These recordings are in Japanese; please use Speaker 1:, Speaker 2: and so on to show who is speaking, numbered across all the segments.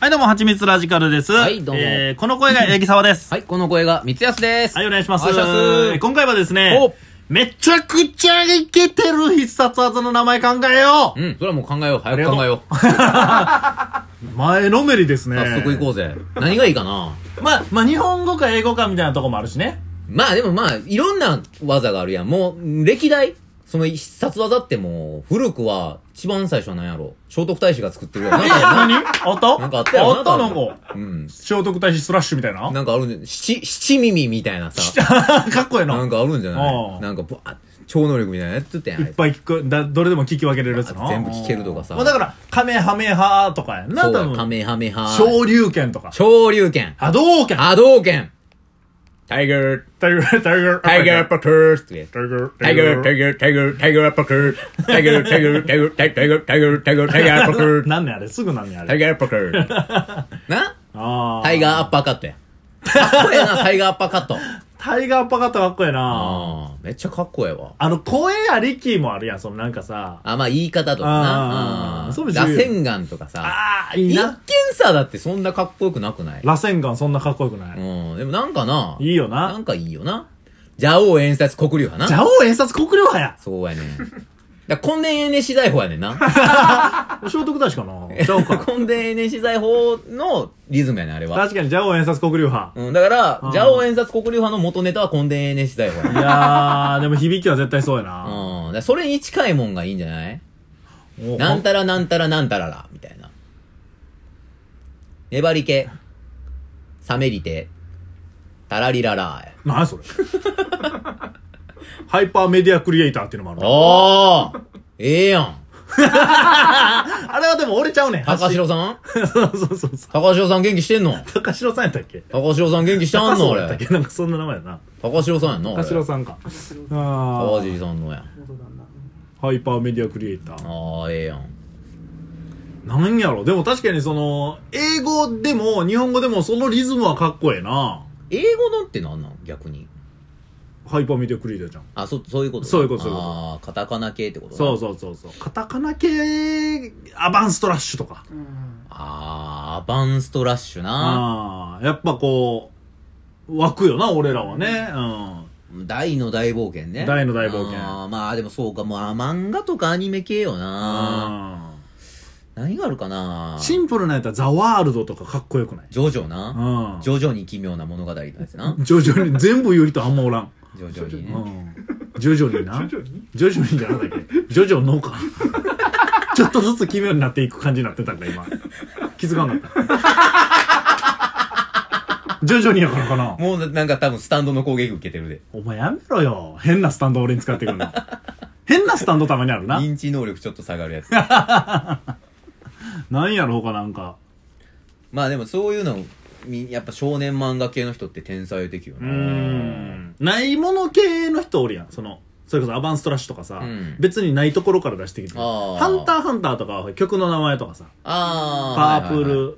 Speaker 1: はい、どうも、はちみつラジカルです。
Speaker 2: はいどうも
Speaker 1: えーこの声が八木沢 です。
Speaker 2: はい、この声が三つ安です。
Speaker 1: はい、お願いします。
Speaker 2: お願いします
Speaker 1: えー今回はですね
Speaker 2: お、
Speaker 1: めちゃくちゃイケてる必殺技の名前考えよ
Speaker 2: うん、それはもう考えよう。早く考えよう。
Speaker 1: う前のめりですね。
Speaker 2: 早速行こうぜ。何がいいかな
Speaker 1: まあ、まあ、日本語か英語かみたいなとこもあるしね。
Speaker 2: まあでもまあ、いろんな技があるやん。もう、歴代、その必殺技ってもう、古くは、一番最初は何やろ聖徳太子が作って るやん。なんか、
Speaker 1: 何あった
Speaker 2: なんかあったよな
Speaker 1: あったなんか。
Speaker 2: うん。
Speaker 1: 聖徳太子スラッシュみたいな
Speaker 2: なんかあるんじゃ、七、七耳みたいな さ、
Speaker 1: かっこええ
Speaker 2: な
Speaker 1: な。
Speaker 2: んかあるんじゃ
Speaker 1: あ
Speaker 2: な
Speaker 1: あ
Speaker 2: いなんか、ばー超能力みたいなやつってやん。
Speaker 1: いっぱい聞く、だ、どれでも聞き分けれるやつな。
Speaker 2: あ全部聞けるとかさ
Speaker 1: もうだから、カメハメハとかやんな、
Speaker 2: そ
Speaker 1: 多
Speaker 2: うや、
Speaker 1: 分。
Speaker 2: カメハメハ。
Speaker 1: 昇竜拳とか。
Speaker 2: 昇竜拳。
Speaker 1: 波動拳。
Speaker 2: 波動拳。タイガー、
Speaker 1: タイガー、タイガー、
Speaker 2: タイガーパクーって
Speaker 1: タイガー、
Speaker 2: タイガー、タイガー、タイガー、タイガーパクー。タイガー、タイガー、タイガー、タイガー、タイガー、タイガー、タイガーパクー。
Speaker 1: なんねあれ、すぐなんねあ
Speaker 2: タイ
Speaker 1: れ。
Speaker 2: ガーパクー。 な
Speaker 1: あ
Speaker 2: タイ
Speaker 1: ー。
Speaker 2: ガーアッパーカットや。かっこええな、タイガーアッパーカット。
Speaker 1: タイガーパカットかっこええな。
Speaker 2: ああ、めっちゃかっこええわ。
Speaker 1: あの、声ありきもあるやん、そのなんかさ。
Speaker 2: あ、まあ言い方とか
Speaker 1: あー
Speaker 2: な。あ
Speaker 1: そ
Speaker 2: ー
Speaker 1: うです
Speaker 2: 螺旋丸とかさ。
Speaker 1: あー、いい
Speaker 2: 一見
Speaker 1: な。
Speaker 2: さ、だってそんなかっこよくなくない
Speaker 1: 螺旋丸そんなかっこよくな
Speaker 2: う
Speaker 1: い。
Speaker 2: ん、でもなんかな。
Speaker 1: いいよ
Speaker 2: な
Speaker 1: な。
Speaker 2: んかいいよな。蛇王演説黒竜派な。
Speaker 1: 邪王演殺国領派や。
Speaker 2: そうやね。だから、根伝エネシ財法やねん な。
Speaker 1: 聖徳太子 かな。邪王か。
Speaker 2: 根伝エネシ財法のリズムやねん、あれは。
Speaker 1: 確かに邪王演殺国領派。
Speaker 2: うん、だから、
Speaker 1: ん
Speaker 2: ジャオ演札国流派の元ネタは根伝エネシ財法や ねん。
Speaker 1: いやー、でも響きは絶対そうやな。
Speaker 2: うん、だからそれに近いもんがいいんじゃない
Speaker 1: お
Speaker 2: なんたらなんたらなんたらら、みたいな。粘り気、冷めりて、たらりららや。
Speaker 1: なにそれ ハイパーメディアクリエイターっていうのもあるな
Speaker 2: おーええやん
Speaker 1: あれはでも俺ちゃうねん。
Speaker 2: 高
Speaker 1: 橋。
Speaker 2: 城さん
Speaker 1: そうそうそうそう。
Speaker 2: 高城さん元気してんの
Speaker 1: 高城さんやったっけ
Speaker 2: 高城さん元気してあんの
Speaker 1: そうやったっ
Speaker 2: 俺。
Speaker 1: けなんかそんな名前やな。
Speaker 2: 高城さんやんな
Speaker 1: 高城
Speaker 2: 俺。
Speaker 1: さんか。あ
Speaker 2: 川尻さんのやん。
Speaker 1: あ。ハイパーメディアクリエイター。
Speaker 2: ああ、ええやん。
Speaker 1: なんやろでも確かにその、英語でも日本語でもそのリズムはかっこええな。
Speaker 2: 英語のってなんなん逆に。
Speaker 1: ハイパーメディアクリエイターじゃん。
Speaker 2: あ、そ、そういうこと
Speaker 1: そういうことそういうこと
Speaker 2: ああ、カタカナ系ってこと
Speaker 1: そう
Speaker 2: う。
Speaker 1: そうそうそう。カタカナ系、アバンストラッシュとか。
Speaker 2: ああ、アバンストラッシュな。
Speaker 1: ああ。やっぱこう、湧くよな、俺らはね。うん。
Speaker 2: 大の大冒険ね。
Speaker 1: 大の大冒険
Speaker 2: あーまあでもそうか、まあ漫画とかアニメ系よな。何があるかな
Speaker 1: うんシンプルなやったらザワールドとかかっこよくない
Speaker 2: ジョジョな。
Speaker 1: うん。。
Speaker 2: ジョジョに奇妙な物語のやつな
Speaker 1: 徐々に、全部言う人あんまおらん。
Speaker 2: ジョジョに
Speaker 1: うん。
Speaker 2: ね。
Speaker 1: 徐々にな。徐々に徐々にじゃないんだっけ徐々 のか。ちょっとずつ奇妙になっていく感じになってたんだ、今。気づかなかった。徐々にやからかな。
Speaker 2: もうななんか多分スタンドの攻撃受けてるで。
Speaker 1: お前やめろよ。変なスタンド俺に使ってくるの。変なスタンドたまにあるな。
Speaker 2: 認知能力ちょっと下がるやつ。
Speaker 1: なんやろ、他なんか。
Speaker 2: まあでもそういうの、みやっぱ少年漫画系の人って天才的よ
Speaker 1: う
Speaker 2: な。
Speaker 1: ーんないもの系の人おるやんそのそれこそアバンストラッシュとかさ、
Speaker 2: うん
Speaker 1: 別にないところから出してきて「
Speaker 2: あー
Speaker 1: ハンターハンター」とかは曲の名前とかさ「
Speaker 2: ああ。
Speaker 1: パープ
Speaker 2: はいはいはい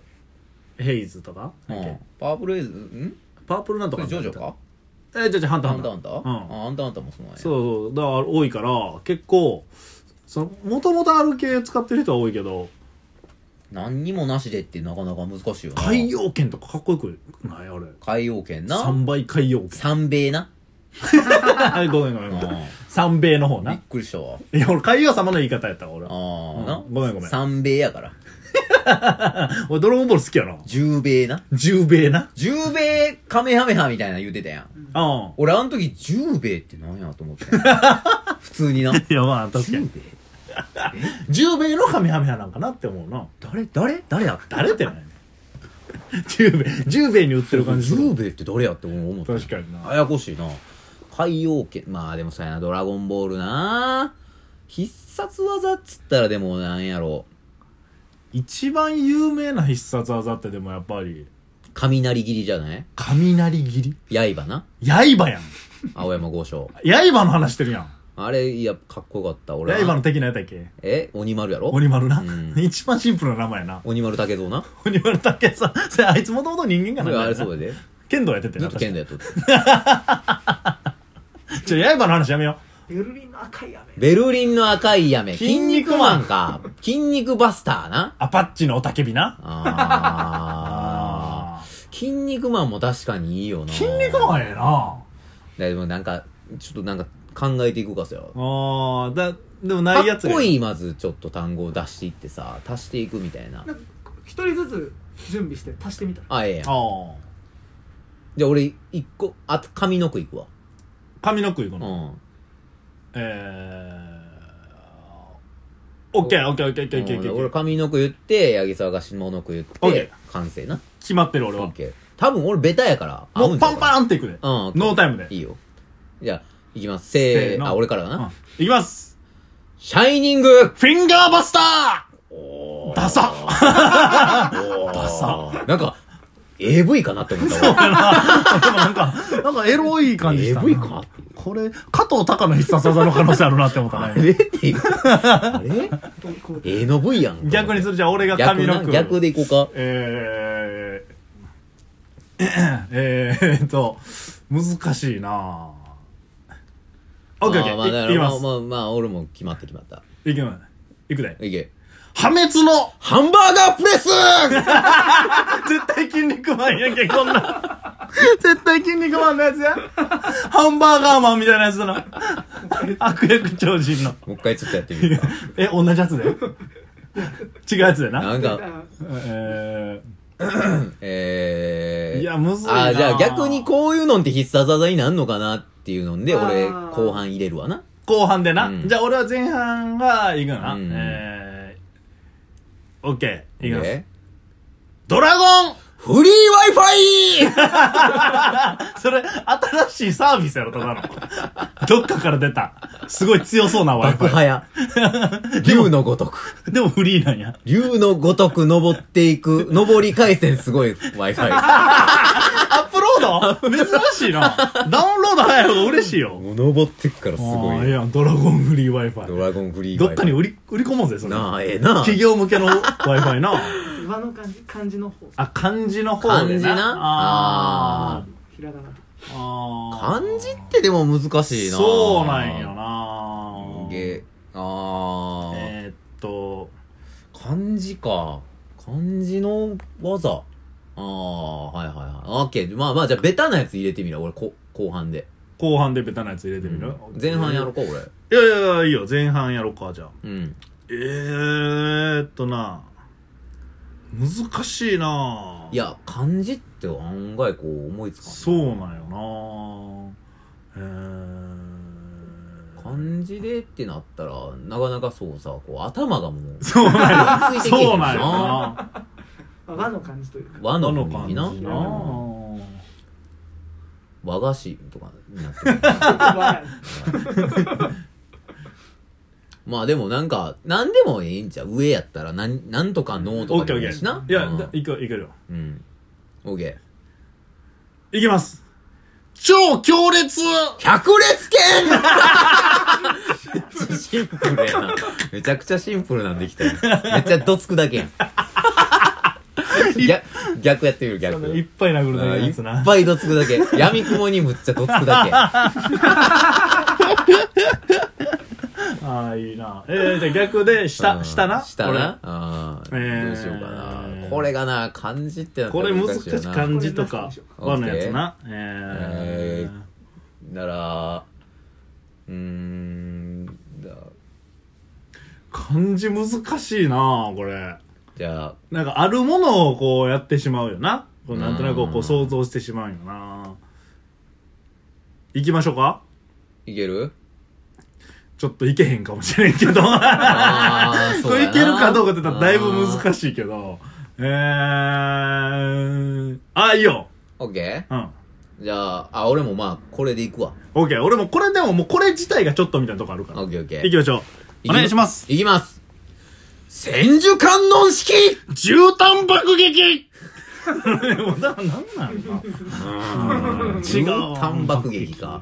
Speaker 1: ルヘイズ」とか、なんだっけ
Speaker 2: パープルエイズん
Speaker 1: パープルなんと
Speaker 2: こ
Speaker 1: か
Speaker 2: れ
Speaker 1: なん
Speaker 2: ジ
Speaker 1: だ
Speaker 2: ョ
Speaker 1: っ
Speaker 2: ジ
Speaker 1: け
Speaker 2: ョか
Speaker 1: えじゃじゃハンター
Speaker 2: あ
Speaker 1: ハン
Speaker 2: ん
Speaker 1: タ
Speaker 2: た
Speaker 1: ー
Speaker 2: あんた、
Speaker 1: うん
Speaker 2: ああんたあんたもそうなんや
Speaker 1: そうそうだから多いから結構そのもともとある系使ってる人は多いけど
Speaker 2: 何にもなしでってなかなか難しいよな
Speaker 1: 海洋圏とかかっこよくないあれ
Speaker 2: 海洋圏な
Speaker 1: 3倍海洋圏
Speaker 2: 三米な
Speaker 1: ごめんごめん
Speaker 2: あ
Speaker 1: ごめん
Speaker 2: あ
Speaker 1: 三米の方
Speaker 2: びっ
Speaker 1: な
Speaker 2: くりしたわ
Speaker 1: いや俺海洋様の言い方やったわ俺
Speaker 2: ああな
Speaker 1: うんごめんごめん
Speaker 2: 三米やから
Speaker 1: 俺ドラゴンボール好きやな
Speaker 2: 十米な
Speaker 1: 十米な
Speaker 2: 十米カメハメハみたいな言うてたやん
Speaker 1: うん
Speaker 2: 俺あの時十米って何やと思って 普通にない
Speaker 1: やまあ確か
Speaker 2: 十
Speaker 1: に
Speaker 2: 米
Speaker 1: 十兵衛のカメハメハなんかなって思うな
Speaker 2: 誰誰誰やった
Speaker 1: 誰ってない 十兵衛十兵衛に売ってる感じす
Speaker 2: 十
Speaker 1: る
Speaker 2: 米って誰やって思った
Speaker 1: 確かにな
Speaker 2: ややこしいな海洋圏まあでもそうやなドラゴンボールな必殺技っつったらでもなんやろ
Speaker 1: 一番有名な必殺技ってでもやっぱり
Speaker 2: 雷斬りじゃない
Speaker 1: 雷斬
Speaker 2: 刃な
Speaker 1: り刃やん
Speaker 2: 青山豪昌
Speaker 1: 刃の話してるやん
Speaker 2: あれいやかっこよかった俺
Speaker 1: 刃の敵なんやったっけ
Speaker 2: え鬼丸やろ
Speaker 1: 鬼丸な、
Speaker 2: うん
Speaker 1: 一番シンプルな名前やな
Speaker 2: 鬼丸竹蔵な
Speaker 1: 鬼丸だけさそれあいつもともと人間
Speaker 2: そ
Speaker 1: か
Speaker 2: れ
Speaker 1: な
Speaker 2: あれそうやで
Speaker 1: 剣道やってて
Speaker 2: ずっ
Speaker 1: な
Speaker 2: と
Speaker 1: 確か
Speaker 2: 剣道やっとって
Speaker 1: じゃ刃の話やめよう
Speaker 3: ベルリンの赤いやめ
Speaker 2: ベルリンの赤いやめ。
Speaker 1: 筋
Speaker 2: 筋
Speaker 1: 肉マ
Speaker 2: 肉マ
Speaker 1: ン
Speaker 2: ンか。筋肉バスターな。
Speaker 1: アパッチのおたけびな。
Speaker 2: あー。筋肉マンも確かにいいよな。
Speaker 1: 筋肉マンええな。
Speaker 2: でもなんか、ちょっとなんか考えていくかさよ。
Speaker 1: ああ、だ、でも
Speaker 2: か
Speaker 1: ないや
Speaker 2: っ
Speaker 1: つや
Speaker 2: こいいまずちょっと単語を出していってさ、足していくみたいな。
Speaker 3: なんか一人ずつ準備して足してみたら
Speaker 2: あ、ええやん
Speaker 1: あ。あ。
Speaker 2: じゃあ俺、一個、あ、髪の毛いくわ。
Speaker 1: 髪の毛いく
Speaker 2: う
Speaker 1: の。
Speaker 2: ん。
Speaker 1: えー。オッケーオッケーオッケーオッケーオッケーオッケー
Speaker 2: うん
Speaker 1: オッケ
Speaker 2: 俺
Speaker 1: ー。
Speaker 2: 髪の毛言って、八木沢が下の毛言っ
Speaker 1: オッケ
Speaker 2: て、完成な。
Speaker 1: 決まってる俺
Speaker 2: オッ
Speaker 1: は。
Speaker 2: ケー。多分俺ベタやから。
Speaker 1: もうパン
Speaker 2: ン
Speaker 1: パンっていくで。
Speaker 2: うん。オッケー
Speaker 1: ノータイムで。
Speaker 2: いいよ。じゃあ、いきます。せ
Speaker 1: せー
Speaker 2: ー
Speaker 1: の
Speaker 2: あ、俺からか
Speaker 1: うん
Speaker 2: な。
Speaker 1: いきます
Speaker 2: シャイニング
Speaker 1: フィンガーバスターダサ
Speaker 2: ダ
Speaker 1: サ
Speaker 2: なんか、AV かなって思ったわ。
Speaker 1: でもなんか、なんかエロい感じしたな。
Speaker 2: エブいか
Speaker 1: これ、加藤隆の必殺技の可能性あるなって思った
Speaker 2: あ
Speaker 1: ね。
Speaker 2: れっていう。あれ
Speaker 3: こうこう
Speaker 2: ?A の V やん。
Speaker 1: 逆にそれじゃあ俺が
Speaker 2: 逆
Speaker 1: 髪
Speaker 2: な
Speaker 1: の毛。
Speaker 2: 逆。でいこうか。
Speaker 1: えー、えー、えーっと、難しいなぁ。オッケーオッケ
Speaker 2: まあまあだか
Speaker 1: ー。いいき
Speaker 2: らま
Speaker 1: ま
Speaker 2: あ
Speaker 1: す。
Speaker 2: まあまあ、俺も決まって決まった。
Speaker 1: いきます。いくで。
Speaker 2: いけ。
Speaker 1: 破滅の
Speaker 2: ハンバーガープレス
Speaker 1: 絶対筋肉マンやんけ、こんな。絶対筋肉マンのやつや。ハンバーガーマンみたいなやつだな。悪役超人の。
Speaker 2: もう一回ちょっとやって みるか。
Speaker 1: え、同じやつで違うやつでな。
Speaker 2: なん か、
Speaker 1: え
Speaker 2: えー。
Speaker 1: いやむずいな
Speaker 2: あーじゃあ逆にこういうのって必殺技になんのかなっていうので、俺、
Speaker 3: あー
Speaker 2: 後半入れるわな。
Speaker 1: ー、後半でな。
Speaker 2: うん
Speaker 1: じゃあ俺は前半がいくな。
Speaker 2: うん
Speaker 1: えー、オッケー。いきます。
Speaker 2: で
Speaker 1: ドラゴン
Speaker 2: フリー Wi-Fi!
Speaker 1: それ、新しいサービスやろ、ただの。どっかから出た。すごい強そうな
Speaker 2: 爆
Speaker 1: Wi-Fi。
Speaker 2: 破や。竜のごとく。
Speaker 1: でもフリーなんや。
Speaker 2: 竜のごとく登っていく、登り回線すごい Wi-Fi。
Speaker 1: アップロード 珍しいな。ダウンロード早い方が嬉しい よ。
Speaker 2: もう登ってくから
Speaker 1: あ
Speaker 2: すご
Speaker 1: ーい
Speaker 2: い。
Speaker 1: やん、ドラゴンフリー
Speaker 2: ド
Speaker 1: Wi-Fi。
Speaker 2: ラゴンフリー Wi-Fi。
Speaker 1: どっかに売り、売り込もうぜ、それ。
Speaker 2: なあ、ええな。
Speaker 1: 企業向けの Wi-Fi な。
Speaker 3: 今の感じ漢字の方
Speaker 1: あ、漢字の方で
Speaker 2: 漢字な
Speaker 1: あ
Speaker 3: ひらがな
Speaker 1: ーあ
Speaker 2: 漢字ってでも難
Speaker 1: ー
Speaker 2: しいな。
Speaker 1: そうなんよ。な
Speaker 2: げ、あー、
Speaker 1: えーっと、
Speaker 2: 漢字か。漢字の技。あー、はいはいはい。オッケー。まあまあ、じゃあ、ベタなやつ入れてみろ。俺、こ後半で。
Speaker 1: 後半でベタなやつ入れてみる
Speaker 2: 前半やろうか、俺。
Speaker 1: いやいやいや、いいよ。前半やろうか、じゃあ。
Speaker 2: うん。
Speaker 1: えーっとな難しいない
Speaker 2: いや、漢字って案外こう、思いつかんな。
Speaker 1: そうなんよなえー
Speaker 2: 漢字でってなったら、なかなかそうさ、こう、頭がも う、
Speaker 1: そうなんよ。
Speaker 2: ついてけえへん
Speaker 1: そ
Speaker 2: しな
Speaker 1: うなんよな。
Speaker 3: まあ和の漢字という か
Speaker 2: 和
Speaker 1: あ
Speaker 2: の
Speaker 1: の
Speaker 2: 国にな
Speaker 1: 感じな。
Speaker 2: 和菓子とかになってる まあでもなんか、なんでもええんちゃう上やったら、なん、なんとかの
Speaker 1: オ
Speaker 2: と
Speaker 1: ッ
Speaker 2: か
Speaker 1: ケ
Speaker 2: で
Speaker 1: ーオッ
Speaker 2: もい
Speaker 1: ケ
Speaker 2: いしな
Speaker 1: ー。。いや、
Speaker 2: うん
Speaker 1: だいくよ、いくよ。
Speaker 2: うん。オッケー。
Speaker 1: いきます超強烈
Speaker 2: 百裂剣シンプルやな。めちゃくちゃシンプルなんできたよ。めっちゃどつくだけやん。逆、逆やってみる、逆。
Speaker 1: いっぱい殴る
Speaker 2: あ
Speaker 1: の
Speaker 2: ー
Speaker 1: や
Speaker 2: い
Speaker 1: つな
Speaker 2: っ。ぱいどつくだけ。闇雲にむっちゃどつくだ
Speaker 1: ああ、いいな。えー、じゃあ逆 で、
Speaker 2: け。う
Speaker 1: 下、
Speaker 2: ん
Speaker 1: 下な
Speaker 2: 下な。あ
Speaker 1: えー
Speaker 2: ーどうしようかな。これがな、漢字ってなった
Speaker 1: こ
Speaker 2: ら
Speaker 1: れ
Speaker 2: 難
Speaker 1: 難
Speaker 2: し
Speaker 1: し
Speaker 2: いよ
Speaker 1: い
Speaker 2: な。
Speaker 1: 漢字とか、
Speaker 2: こ
Speaker 1: 和
Speaker 2: れ難しい
Speaker 1: の
Speaker 2: でし
Speaker 1: やつ
Speaker 2: ょ
Speaker 1: な。え
Speaker 2: え
Speaker 1: ー
Speaker 2: ーなら、うーん、だ
Speaker 1: 漢字難しいなこれ。
Speaker 2: じゃあ、
Speaker 1: なんかあるものをこうやってしまうよな。こうなんとなく
Speaker 2: うん
Speaker 1: こう想像してしまうよな。行きましょうか
Speaker 2: いける
Speaker 1: ちょっといけへんかもしれんけ ど。
Speaker 2: あー
Speaker 1: これいけるかどうかって言ったらだいぶ
Speaker 2: い。
Speaker 1: 難しいけど。えー、あ、いいよ。
Speaker 2: オッケ
Speaker 1: うん。
Speaker 2: ーじゃあ、あ、俺もまあ、これでいくわ。
Speaker 1: オッケー。俺もこれでももうこれ自体がちょっとみたいなとこあるから。
Speaker 2: オッケーオッケー。
Speaker 1: 行きましょう。お願いします。。
Speaker 2: いきます。千手観音式
Speaker 1: 絨毯爆撃もうだからなんなん
Speaker 2: 違
Speaker 1: 違う
Speaker 2: 単爆撃か。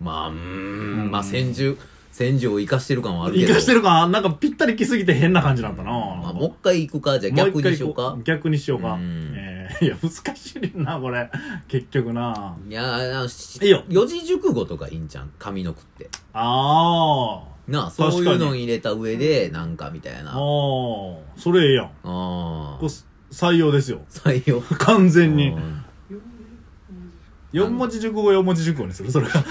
Speaker 2: まあ、うーん、まあ、千手、千手を生かしてる感はあるけど。
Speaker 1: 生かして
Speaker 2: る。
Speaker 1: るかなんかぴったり来すぎて変な感じなんだな。
Speaker 2: まあ、もう一回行くか。じゃあ
Speaker 1: もう一
Speaker 2: 逆
Speaker 1: 回
Speaker 2: にしようか
Speaker 1: こ。逆にしようか。
Speaker 2: うん
Speaker 1: えね。いや、難しいな、これ。結局な。
Speaker 2: いやーなし
Speaker 1: いいよ
Speaker 2: 四字熟語とかいいんじゃん上の句って
Speaker 1: あ
Speaker 2: なあ
Speaker 1: 確か
Speaker 2: そ
Speaker 1: に
Speaker 2: ういうの入れた上でなんかみたい
Speaker 1: あ。
Speaker 2: な
Speaker 1: あ
Speaker 2: あ
Speaker 1: あ。それええやん。
Speaker 2: あ
Speaker 1: これ採用ですよ。
Speaker 2: 採用
Speaker 1: 完全に
Speaker 2: う。ん
Speaker 3: よ
Speaker 1: 4文字熟語4文字熟語にするそれが。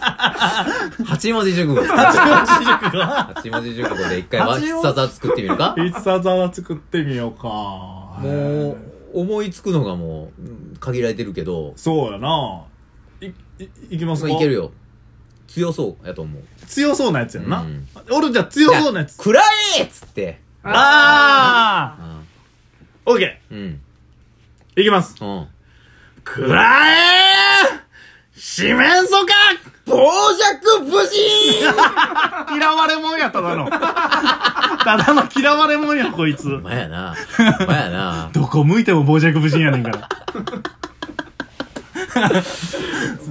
Speaker 2: 八文字熟語八文字熟語で一回わ
Speaker 1: 八文字
Speaker 2: 必殺技作ってみるか
Speaker 1: 必殺技作ってみようか。
Speaker 2: もう思いつくのがもううん限られてるけど
Speaker 1: そうやな。い、い、いきますか
Speaker 2: いけるよ強そうやと思う
Speaker 1: 強そうなやつやんな。
Speaker 2: うん
Speaker 1: 俺じゃあ強そうなやつ。
Speaker 2: くらえっつって
Speaker 1: ああ
Speaker 2: あ
Speaker 1: オッケ
Speaker 2: うん
Speaker 1: ーいきます。
Speaker 2: うん
Speaker 1: くらえ四面楚歌
Speaker 2: 傍若無人
Speaker 1: 嫌われもんや、ただの。 ただの嫌われもんや、こいつ
Speaker 2: お。前やなお前やな
Speaker 1: どこ向いても傍若無人やねんから。あ
Speaker 2: あ
Speaker 1: ー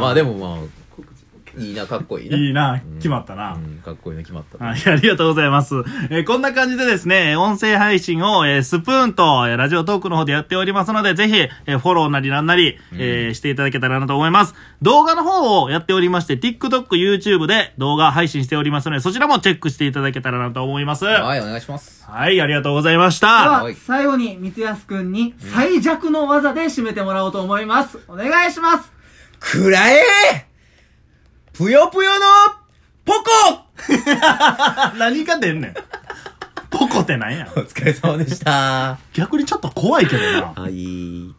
Speaker 2: まあでもま
Speaker 3: 告知
Speaker 2: あいいなかっこいいない
Speaker 1: いな、決まったな。
Speaker 2: うん、かっこいいの決まった。
Speaker 1: はい、ありがとうございます。えーこんな感じでですね、えー音声配信を、えースプーンと、えーラジオトークの方でやっておりますので、ぜひ、えーフォローなりなんなり、えーしていただけたらなと思います。動画の方をやっておりまして、TikTok、YouTube で動画配信しておりますので、そちらもチェックしていただけたらなと思います。は
Speaker 2: はい、お願いします。
Speaker 1: い、ありがとうございまし
Speaker 3: で
Speaker 1: た。
Speaker 2: はい
Speaker 3: は最後に三安くんに最弱の技で締めてもらおうと思いますお願いします
Speaker 2: くらえぷよぷよのポコ
Speaker 1: 何が出んねん。ポコってなんや
Speaker 2: お。疲れ様でした。
Speaker 1: 逆にちょっと怖いけどな。
Speaker 2: はい。